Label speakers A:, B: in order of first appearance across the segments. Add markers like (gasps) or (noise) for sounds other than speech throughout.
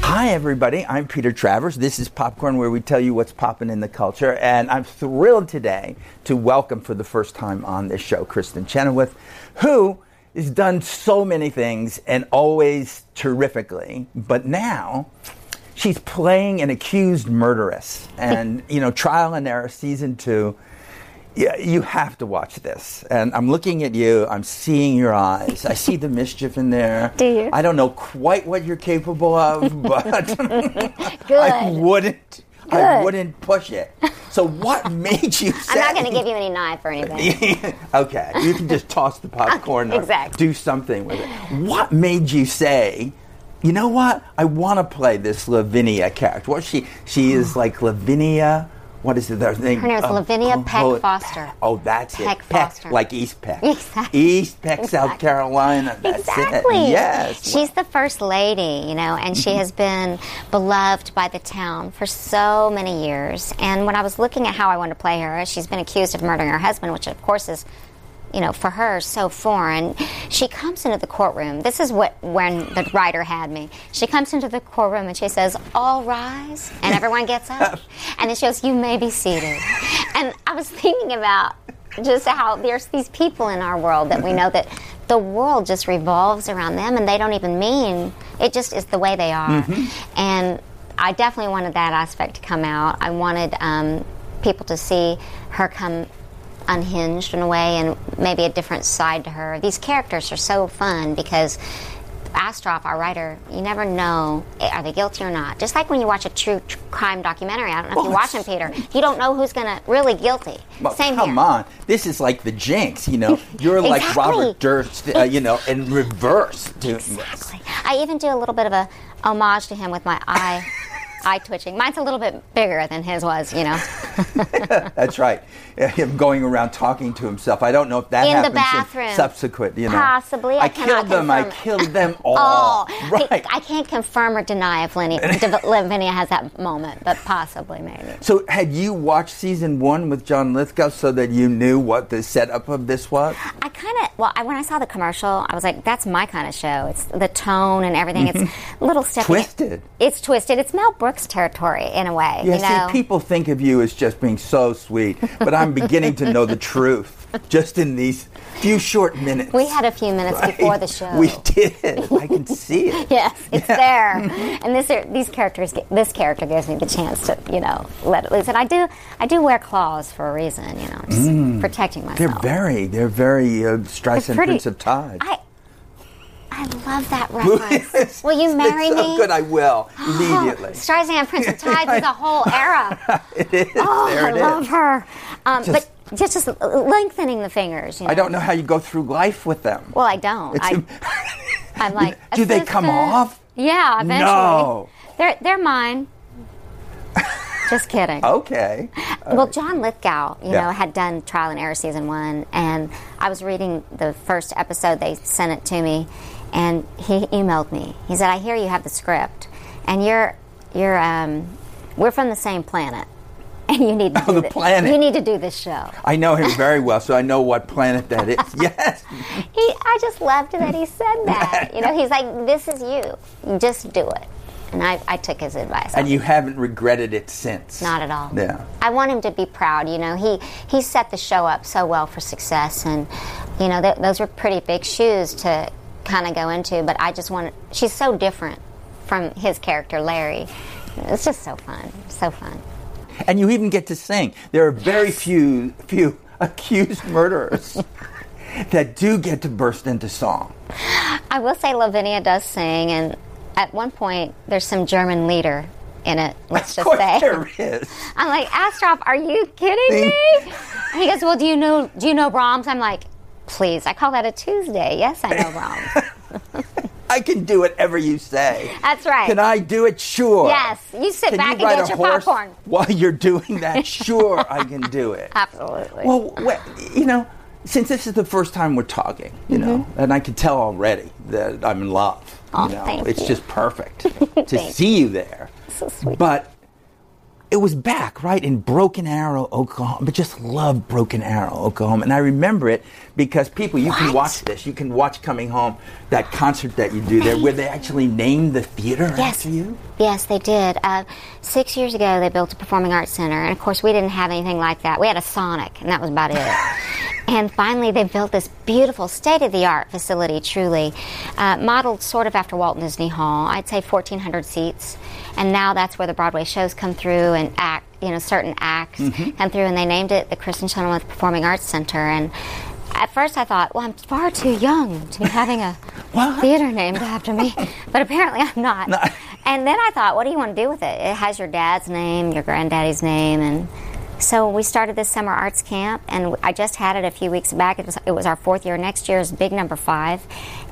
A: Hi, everybody. I'm Peter Travers. This is Popcorn, where we tell you what's popping in the culture. And I'm thrilled today to welcome for the first time on this show Kristen Chenoweth, who has done so many things and always terrifically. But now she's playing an accused
B: (laughs)
A: murderess. And, you know, Trial and Error Season 2. Yeah, you have to watch this. And I'm looking at you. I'm seeing your eyes. I see the mischief in there.
B: Do you?
A: I don't know quite what you're capable
B: (laughs)
A: of, but (laughs)
B: Good.
A: I wouldn't. I
B: Good.
A: wouldn't push it. So
B: (laughs)
A: what made you? Say,
B: I'm not going to give you any knife or anything.
A: (laughs) okay, you can just toss the popcorn. or
B: Exactly.
A: Do something with it. What made you say? You know what? I want to play this Lavinia character. What she? She
B: (sighs)
A: is like Lavinia. What is it? Her name
B: Her name is
A: um,
B: Lavinia
A: oh,
B: Peck
A: oh,
B: Foster.
A: Oh, that's
B: Peck
A: it. Peck,
B: Foster.
A: like East Peck.
B: (laughs) Exactly.
A: East Peck, South Carolina. That's
B: Exactly.
A: It. Yes. Mm-hmm.
B: She's the first lady, you know, and she has been beloved by the town for so many years. And when I was looking at how I wanted to play her, she's been accused of murdering her husband, which of course is you know, for her, so foreign. She comes into the courtroom. This is what when the writer had me. She comes into the courtroom and she says, "All rise," and everyone gets
A: (laughs)
B: up, and then she goes, "You may be seated." And I was thinking about just how there's these people in our world that we know that the world just revolves around them, and they don't even mean it. Just is the way they are,
A: Mm-hmm.
B: and I definitely wanted that aspect to come out. I wanted um, people to see her come unhinged in a way and maybe a different side to her. These characters are so fun because Astroff, our writer, you never know eh, are they guilty or not. Just like when you watch a true tr- crime documentary, I don't know if you watch them, Peter. You don't know who's gonna really guilty.
A: Well,
B: Same
A: come
B: here.
A: on, this is like the Jinx. You
B: (laughs)
A: know, you're like
B: Exactly.
A: Robert Durst. Uh, you know, in reverse. To,
B: Exactly. I even do a little bit of a homage to him with my
A: (laughs)
B: eye. Eye twitching. Mine's a little bit bigger than his was,
A: (laughs)
B: you know.
A: That's right. Uh, Him going around talking to himself. I don't know if that
B: In the
A: happens
B: bathroom.
A: In subsequent, you know,
B: Possibly. I cannot
A: killed them. I
B: confirm it.
A: killed them all.
B: (laughs) Oh,
A: Right.
B: I, I can't confirm or deny if
A: (laughs)
B: Lenny, if Lavinia has that moment, but possibly, maybe.
A: so, had you watched season one with John Lithgow so that you knew what the setup of this was?
B: I kind of well, I, when I saw the commercial, I was like, "That's my kind of show." It's the tone and everything. It's little stepping.
A: Mm-hmm. Twisted.
B: It's twisted. It's Mel Brooks territory in a way.
A: Yeah,
B: you know,
A: see, people think of you as just being so sweet, but I'm beginning to
B: (laughs)
A: know the truth just in these few short minutes.
B: we had a few minutes before the show.
A: We did. I can see
B: (laughs)
A: it.
B: Yes,
A: (laughs)
B: it's there, and this are, these characters. get- This character gives me the chance to, you know, let it loose. And I do, I do wear claws for a reason. You know, I'm just protecting
A: Mm. They're
B: myself.
A: very, they're very uh, Streisand
B: They're pretty-
A: Prince of Tides.
B: I, I love
A: (laughs)
B: that reference. Will you marry
A: it's so
B: me?
A: good, I
B: (gasps)
A: will
B: Oh,
A: immediately. (laughs)
B: Streisand, Prince of Tides is a whole era. Oh,
A: It is. there
B: I
A: it is.
B: love her. Um,
A: Just-
B: but just, just lengthening the fingers. You know?
A: I don't know how you go through life with them.
B: Well, I don't. I, (laughs) I'm like.
A: (laughs) Do they come
B: "Assistant."
A: off?
B: Yeah, eventually.
A: No.
B: They're they're
A: (laughs)
B: mine. just kidding.
A: okay.
B: well, John Lithgow, you
A: Oh. Yeah.
B: know, had done Trial and Error season one, and I was reading the first episode. They sent it to me, and he emailed me. He said, "I hear you have the script, and you're you're um, we're from the same planet, (laughs) and you need to do
A: Oh, the
B: thi-
A: planet.
B: You need to do this show."
A: I know him very well, so I know what planet that is. (laughs) Yes.
B: He, I just loved that he said that. you know, he's like, "This is you. Just do it." And I, I took his advice.
A: And you haven't regretted it since.
B: Not at all.
A: Yeah.
B: I want him to be proud. You know, he he set the show up so well for success, and you know, th- those were pretty big shoes to kind of go into. But I just want. She's so different from his character, Larry. It's just so fun. So fun.
A: And you even get to sing. There are very few few (laughs) accused
B: (laughs)
A: murderers that do get to burst into song.
B: I will say Lavinia does sing, and at one point there's some German leader in it. Let's
A: of
B: just
A: course
B: say.
A: there is.
B: I'm like, Astroff, are you kidding me? And he goes, Well, do you know do you know Brahms? I'm like, please, I call that a Tuesday. Yes,
A: (laughs)
B: I know Brahms.
A: I can do whatever you say.
B: That's right.
A: Can I do it? Sure.
B: Yes. You sit
A: Can
B: back and
A: you ride
B: get
A: a
B: your
A: horse
B: popcorn.
A: While you're doing that, sure, I can do
B: (laughs)
A: it.
B: Absolutely.
A: Well, wait, you know, since this is the first time we're talking, you know,
B: Mm-hmm.
A: and I can tell already that I'm in love.
B: Aw,
A: you know,
B: Oh, (laughs) thank
A: it's
B: you.
A: just perfect to see you there.
B: So sweet.
A: But it was back right in Broken Arrow, Oklahoma. But just love Broken Arrow, Oklahoma, and I remember it because people, you can
B: What?
A: watch this. You can watch Coming Home, that concert that you do there, where they actually named the theater
B: Yes.
A: after you.
B: Yes, they did. Uh, six years ago, they built a performing arts center, and of course, we didn't have anything like that. We had a Sonic, and that was about
A: (laughs)
B: it. and finally, they built this beautiful, state of the art facility, truly, uh, modeled sort of after Walt Disney Hall. I'd say 1,400 seats, and now that's where the Broadway shows come through and act. You know, certain acts
A: Mm-hmm.
B: come through, and they named it the Kristen Chenoweth Performing Arts Center. And at first, I thought, well, I'm far too young to be having a
A: What?
B: theater named after me, but apparently, I'm not. And then I thought, what do you want to do with it? It has your dad's name, your granddaddy's name, and so we started this summer arts camp. And I just had it a few weeks back. It was, it was our fourth year. Next year is big number five,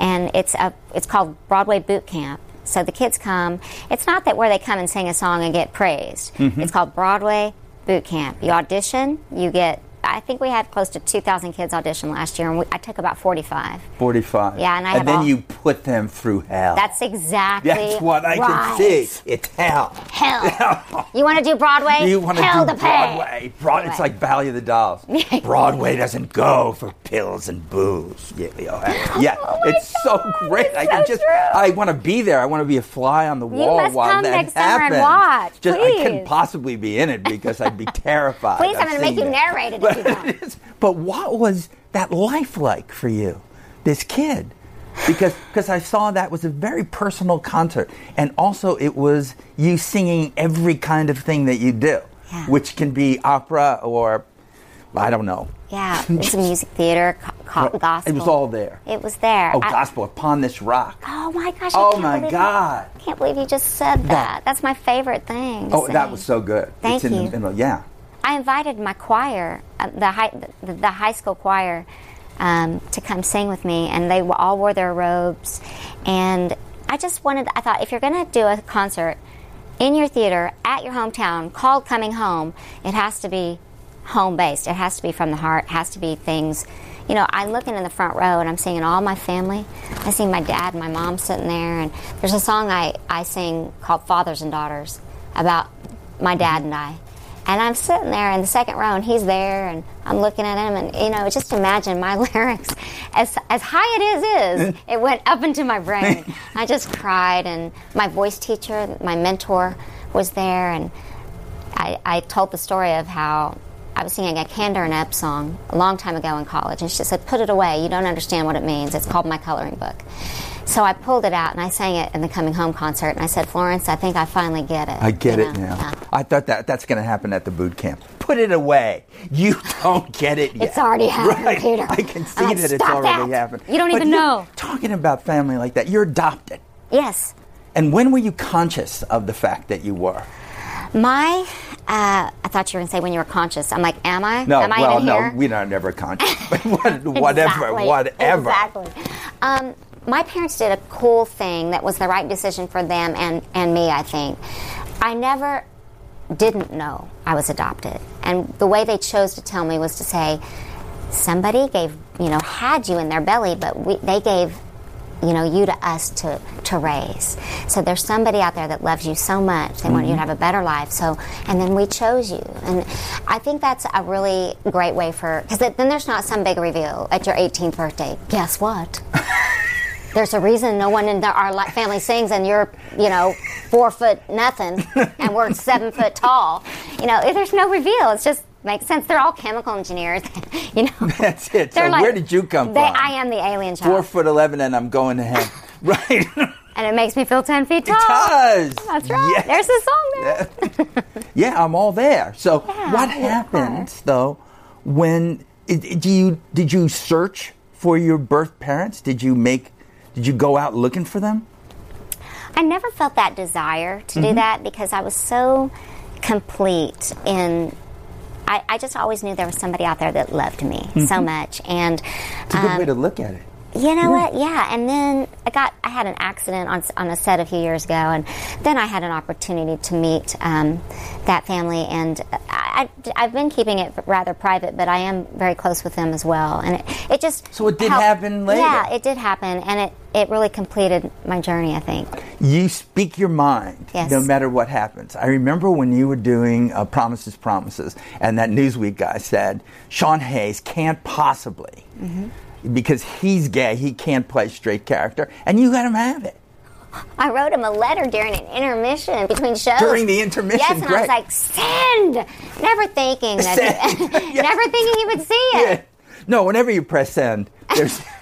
B: and it's a it's called Broadway Boot Camp. So the kids come. It's not that where they come and sing a song and get praised. It's called Broadway Boot Camp. You audition, you get. I think we had close to 2,000 kids audition last year, and we, I took about 45.
A: 45.
B: Yeah, and I have
A: then
B: all-
A: you put them through hell.
B: That's exactly
A: That's what I
B: right.
A: can see. It's hell. (laughs)
B: Hell. you want to do Broadway?
A: You want to
B: Hell
A: do
B: to pay.
A: Broadway. Broad, it's
B: Anyway.
A: like Valley of the Dolls.
B: (laughs)
A: Broadway doesn't go for pills and booze. Yeah, we all have- yeah.
B: (laughs) Oh my
A: it's so
B: God,
A: great.
B: it's
A: I can
B: so
A: just.
B: true.
A: I want to be there. I want to be a fly on the wall
B: must
A: while
B: come
A: that
B: next summer
A: happens.
B: and watch,
A: just, I couldn't
B: please.
A: possibly be in it because I'd
B: (laughs)
A: be terrified.
B: Please, I'm
A: of
B: going to make you
A: seeing it.
B: narrate it if you
A: (laughs)
B: want.
A: But, but what was that life like for you, this kid? Because because I saw that was a very personal concert, and also it was you singing every kind of thing that you do,
B: Yeah.
A: which can be opera or I don't know.
B: Yeah, it's music theater, co- co- gospel.
A: It was all there.
B: It was there.
A: Oh,
B: I-
A: gospel upon this rock.
B: oh my gosh! I
A: Oh
B: can't
A: my
B: believe
A: God.
B: I can't believe you just said that. That's my favorite thing. to
A: Oh, that
B: sing.
A: was so good.
B: Thank
A: it's in
B: you.
A: The middle. Yeah.
B: I invited my choir, uh, the high, the, the high school choir, um, to come sing with me, and they wa- all wore their robes. And I just wanted, I thought, if you're going to do a concert in your theater at your hometown called Coming Home, it has to be home based. It has to be from the heart. It has to be things. You know, I'm looking in the front row and I'm seeing all my family. I see my dad and my mom sitting there. And there's a song I, I sing called Fathers and Daughters about my dad and I. And I'm sitting there in the second row, and he's there, and I'm looking at him, and you know, just imagine my (laughs) lyrics, as as high it is, is it went up into
A: (laughs)
B: my brain. I just cried, and my voice teacher, my mentor, was there, and I, I told the story of how I was singing a Candor and Ebb song a long time ago in college, and she said, "Put it away. You don't understand what it means. It's called my coloring book." So I pulled it out and I sang it in the coming home concert, and I said, "Florence, I think I finally get it."
A: I get
B: you
A: it
B: know?
A: now.
B: Yeah.
A: I thought that that's going to happen at the boot camp. Put it away. You don't get it yet.
B: It's already happened,
A: Right.
B: Peter.
A: I can see
B: I'm like,
A: that it's
B: "Stop
A: already
B: that.
A: happened.
B: You don't
A: But
B: even
A: you're
B: know.
A: Talking about family like that, you're adopted.
B: Yes.
A: And when were you conscious of the fact that you were?
B: My, uh, I thought you were going to say when you were conscious. I'm like, am I?
A: No,
B: am I
A: well,
B: even
A: no,
B: here?
A: we're not never conscious. (laughs) But
B: (laughs)
A: what- whatever,
B: Exactly.
A: whatever.
B: Exactly. Um, my parents did a cool thing that was the right decision for them and, and me, I think. I never didn't know I was adopted. And the way they chose to tell me was to say, somebody gave, you know, had you in their belly, but we, they gave, you know, you to us to, to raise. So there's somebody out there that loves you so much. They want you to have a better life. So, and then we chose you. And I think that's a really great way for, because then there's not some big reveal at your 18th birthday. Guess what? there's a reason no one in the, our li- family sings and you're you know four foot nothing and we're seven foot tall you know there's no reveal it's just makes sense they're all chemical engineers (laughs) you know
A: (laughs) That's it. So
B: They're like-
A: where did you come
B: they,
A: from?
B: i am the alien child
A: Four foot eleven, and I'm going to heaven. (laughs) right.
B: and it makes me feel 10 feet tall
A: Does.
B: that's right
A: Yes.
B: there's a song there
A: yeah, I'm all there. So
B: Yeah,
A: what
B: you
A: happens though when i- i- do you did you search for your birth parents? Did you make did you go out looking for them?
B: I never felt that desire to
A: Mm-hmm.
B: do that because I was so complete in. I, I just always knew there was somebody out there that loved me so much, and
A: Mm-hmm. It's a good
B: um,
A: way to look at it.
B: you know what? Yeah. And then I got I had an accident on s- on a set a few years ago, and then I had an opportunity to meet um, that family, and I, I, have been keeping it rather private, but I am very close with them as well, and it, it just
A: So it did happen later.
B: Yeah, it did happen, and it it really completed my journey. I think.
A: You speak your mind
B: Yes.
A: no matter what happens. I remember when you were doing uh, Promises, Promises, and that Newsweek guy said, Sean Hayes can't possibly,
B: Mm-hmm.
A: because he's gay, he can't play straight character, and you let him have it.
B: I wrote him a letter during an intermission between shows.
A: During the intermission,
B: Oh, Yes, and I
A: great.
B: was like, send! Never thinking
A: (laughs)
B: that
A: Send.
B: He, (laughs)
A: Yes.
B: never thinking he would see it.
A: Yeah. (laughs) No, whenever you press send, there's. (laughs)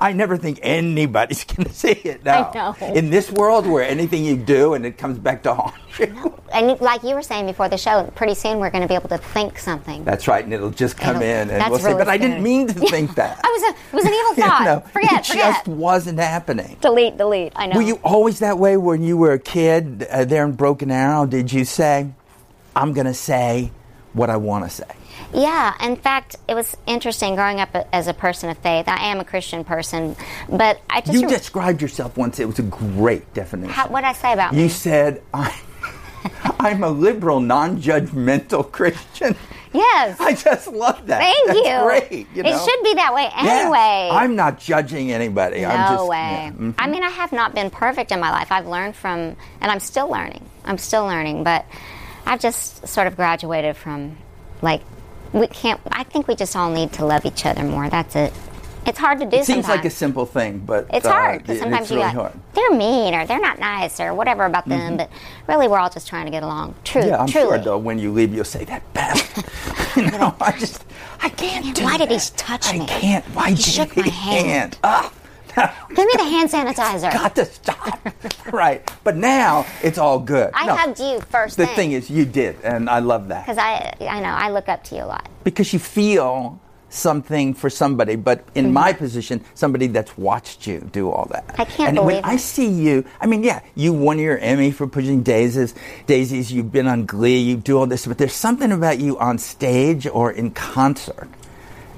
A: I never think anybody's (laughs) going to see it now.
B: know.
A: In this world where anything you do and it comes back to haunt (laughs) you.
B: And like you were saying before the show, pretty soon we're going to be able to think something.
A: That's right, and it'll just come
B: It'll-
A: in and
B: that's
A: we'll say,
B: really
A: but I didn't
B: scary."
A: mean to think that.
B: I was a, it was an evil
A: (laughs) You
B: thought.
A: know,
B: forget,
A: it
B: forget.
A: just wasn't happening.
B: delete, delete. I know.
A: Were you always that way when you were a kid uh, there in Broken Arrow? Did you say, I'm going to say what I want to say?
B: Yeah, in fact, it was interesting growing up as a person of faith. I am a Christian person, but I just
A: You described yourself once, it was a great definition.
B: how, what I say about
A: You
B: me.
A: said, I, I'm a liberal, non judgmental Christian. (laughs)
B: Yes,
A: I just love that.
B: thank
A: That's
B: you.
A: great. You know?
B: It should be that way
A: Yeah.
B: anyway.
A: I'm not judging anybody.
B: no
A: I'm just,
B: way.
A: yeah. Mm.
B: I mean, I have not been perfect in my life. I've learned from, and I'm still learning. I'm still learning, but I've just sort of graduated from, like, we can't. I think we just all need to love each other more. That's it. It's hard to do.
A: It seems
B: sometimes.
A: like a simple thing, but
B: It's
A: uh,
B: hard because
A: it-
B: sometimes
A: it's
B: you
A: really
B: like,
A: hard. Mm-hmm.
B: they're mean or they're not nice or whatever about them. But really, we're all just trying to get along. True,
A: Yeah, I'm
B: truly.
A: sure though. When you leave, you'll say that bastard. (laughs) you know, I just, I can't do.
B: why did he
A: that.
B: touch
A: I
B: me?
A: can't. Why
B: He
A: did
B: shook
A: he
B: my hand."
A: (laughs) Ah,
B: Give me the hand
A: (laughs)
B: sanitizer.
A: got to stop. right, but now it's all good.
B: I
A: No,
B: hugged you first.
A: The thing is, you did, and I love that
B: because I, I know I look up to you a lot.
A: because you feel something for somebody. But in my position, somebody that's watched you do all that.
B: Mm-hmm. I can't
A: and
B: believe
A: when I
B: it.
A: see you, I mean, yeah, you won your Emmy for pushing daisies. Daisies. You've been on Glee. You do all this, but there's something about you on stage or in concert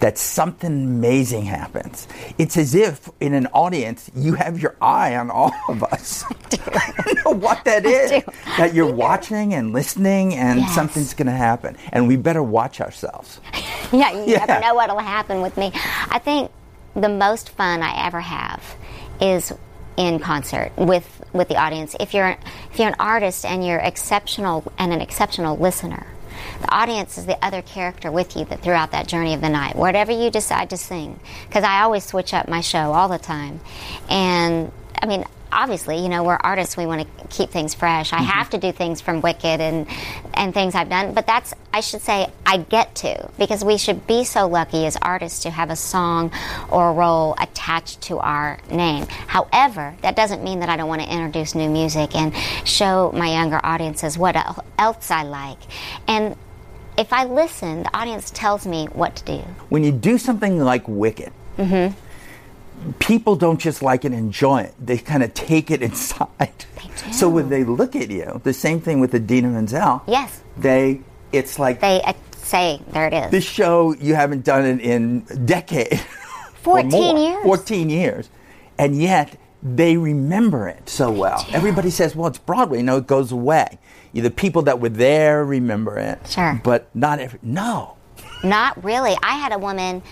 A: that something amazing happens. It's as if in an audience you have your eye on all of
B: (laughs)
A: us. (laughs) I don't know what that is.
B: do.
A: That you're watching and listening and
B: Yes.
A: something's going to happen and we better watch ourselves.
B: (laughs) Yeah, you
A: Yeah.
B: never know what'll happen with me. I think the most fun I ever have is in concert with with the audience. If you're if you're an artist and you're exceptional and an exceptional listener, the audience is the other character with you that throughout that journey of the night. Whatever you decide to sing, because I always switch up my show all the time, and I mean. Obviously, you know we're artists. We want to keep things fresh. I have to do things from Wicked and and things I've done, but that's I should say I get to because we should be so lucky as artists to have a song or a role attached to our name. However, that doesn't mean that I don't want to introduce new music and show my younger audiences what el- else I like. And if I listen, the audience tells me what to do.
A: When you do something like Wicked,
B: Mm-hmm.
A: people don't just like it and enjoy it. They kind of take it (laughs) inside.
B: do.
A: So when they look at you, the same thing with Adina Menzel.
B: Yes.
A: They, it's like
B: They uh, say, "There it is."
A: this show you haven't done it in a decade (laughs) or
B: 14
A: more.
B: years.
A: 14 years and yet they remember it so well everybody says well it's broadway no it goes away the people that were there remember it
B: Sure.
A: but not every no
B: Not really. I had a woman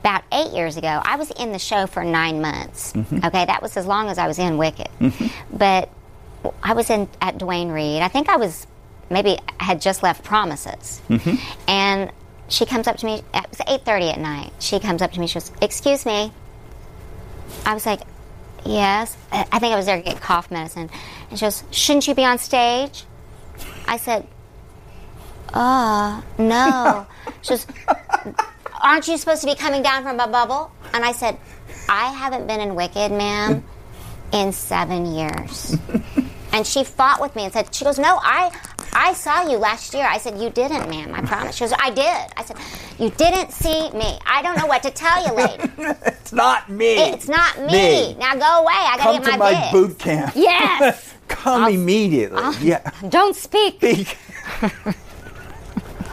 B: about eight years ago. I was in the show for nine months. Okay, that was as long as I was in Wicked. But I was in at Dwayne Reed. I think I was maybe I had just left Promises, and she comes up to me. It was eight thirty at night. She comes up to me. She goes, "Excuse me." I was like, "Yes." I I think I was there to get cough medicine, and she goes, "Shouldn't you be on stage?" I said, "Uh, no." She goes, aren't you supposed to be coming down from a bubble? And I said, I haven't been in Wicked, ma'am, in seven years. and she fought with me and said, she goes, no, I, I saw you last year. I said, you didn't, ma'am. I promise. She goes, I did. I said, you didn't see me. I don't know what to tell
A: (laughs)
B: you, lady.
A: it's not me
B: It's not me. Now go away. I
A: come
B: gotta
A: to
B: get
A: my
B: my, big.
A: boot camp
B: Yes.
A: (laughs) come immediately yeah
B: don't speak.
A: big. (laughs)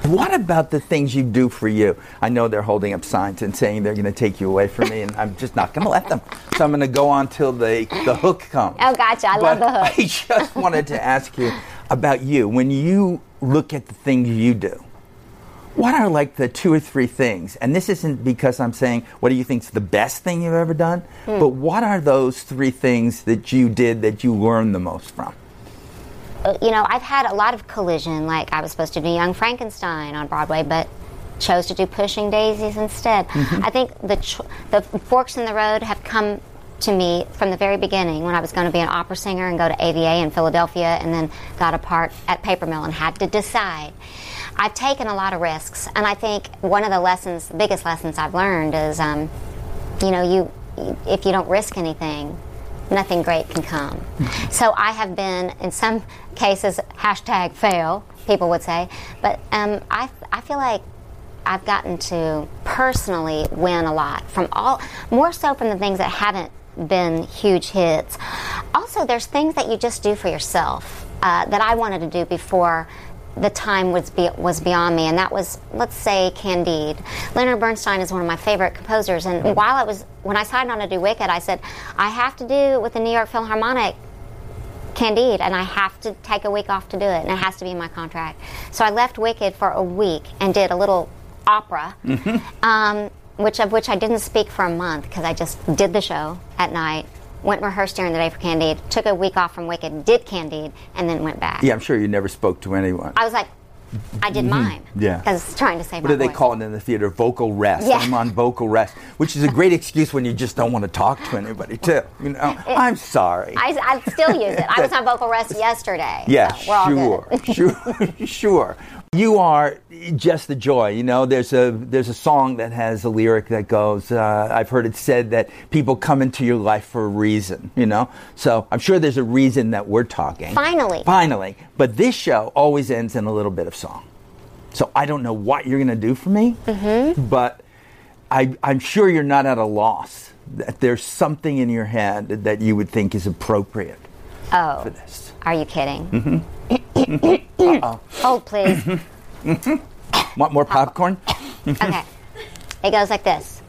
A: what about the things you do for you? I know they're holding up signs and saying they're going to take you away from me, and I'm just not going to let them. So I'm going to go on till the, the hook comes.
B: Oh, gotcha. I love
A: But
B: the
A: (laughs)
B: hook.
A: I just wanted to ask you about you. When you look at the things you do, what are like the two or three things? And this isn't because I'm saying what do you think's the best thing you've ever done,
B: Hmm.
A: but what are those three things that you did that you learned the most from?
B: Uh, You know, I've had a lot of collision. Like I was supposed to do Young Frankenstein on Broadway, but chose to do Pushing Daisies instead. I think the ch- the forks in the road have come to me from the very beginning when I was going to be an opera singer and go to AVA in Philadelphia, and then got a part at Paper Mill and had to decide. I've taken a lot of risks, and I think one of the lessons, the biggest lessons I've learned is, um, you know, you if you don't risk anything, nothing great can come. So I have been, in some cases, hashtag fail. People would say, but um, I I feel like I've gotten to personally win a lot from all, more so from the things that haven't been huge hits. Also, there's things that you just do for yourself uh, that I wanted to do before the time was be, was beyond me, and that was let's say Candide. Leonard Bernstein is one of my favorite composers, and while I was when I signed on to do Wicked, I said I have to do with the New York Philharmonic Candide, and I have to take a week off to do it, and it has to be in my contract. So I left Wicked for a week and did a little opera, um, which of which I didn't speak for a month because I just did the show at night, went and rehearsed during the day for Candide, took a week off from Wicked, did Candide, and then went back.
A: Yeah, I'm sure you never spoke to anyone.
B: I was like, I did mine.
A: Mm-hmm. Yeah.
B: Because trying to save
A: what
B: my
A: do they
B: voice.
A: call it in the theater? Vocal rest.
B: Yeah.
A: I'm on vocal rest, which is a great excuse when you just don't want to talk to anybody, too. You know, I'm sorry.
B: I, I still use it.
A: (laughs)
B: I was on vocal rest yesterday.
A: Yeah,
B: so we're all
A: sure,
B: good. (laughs)
A: sure, sure. You are just the joy. You know, there's a there's a song that has a lyric that goes. Uh, I've heard it said that people come into your life for a reason. You know, so I'm sure there's a reason that we're talking.
B: Finally.
A: finally. But this show always ends in a little bit of song. So I don't know what you're going to do for me,
B: Mm-hmm.
A: but I, I'm sure you're not at a loss. That there's something in your head that you would think is appropriate
B: Oh.
A: for this.
B: Are you kidding?
A: Mm-hmm.
B: (coughs) oh, please.
A: Want more popcorn?
B: Okay. It goes like this.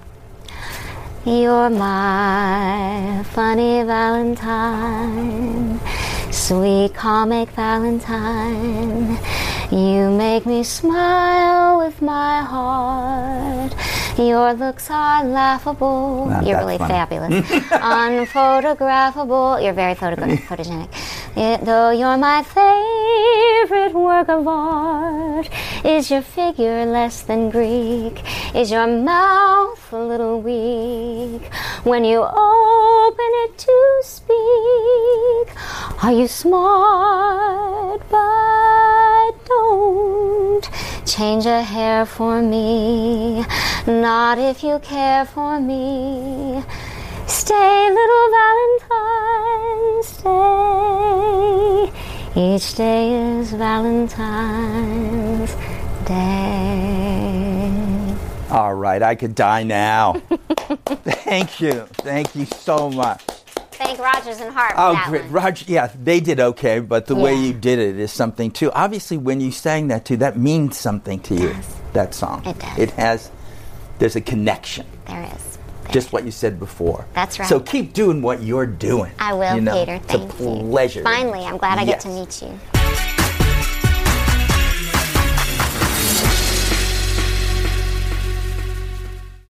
B: You're my funny Valentine, sweet comic Valentine. You make me smile with my heart. Your looks are laughable.
A: Not
B: You're
A: that
B: really
A: funny.
B: fabulous. (laughs) Unphotographable. You're very photog- photogenic. Yet Though you're my favorite work of art, is your figure less than Greek? Is your mouth a little weak when you open it to speak? Are you smart but don't change a hair for me? Not if you care for me. Stay, little Valentine, stay. Each day is Valentine's Day.
A: All right, I could die
B: (laughs)
A: now. Thank you. Thank you so much.
B: Thank Rogers and Hart. for
A: Oh,
B: that
A: great.
B: one.
A: Roger, yeah, they did okay, but the way
B: Yeah.
A: you did it is something too. Obviously, when you sang that too, that means something to you, that song.
B: It does.
A: It has, there's a connection.
B: There is.
A: Just what you said before.
B: That's right.
A: So keep doing what you're doing.
B: I will,
A: you know.
B: Peter. Thank
A: it's a
B: you.
A: pleasure.
B: Finally, I'm glad I get to
A: Yes.
B: meet you.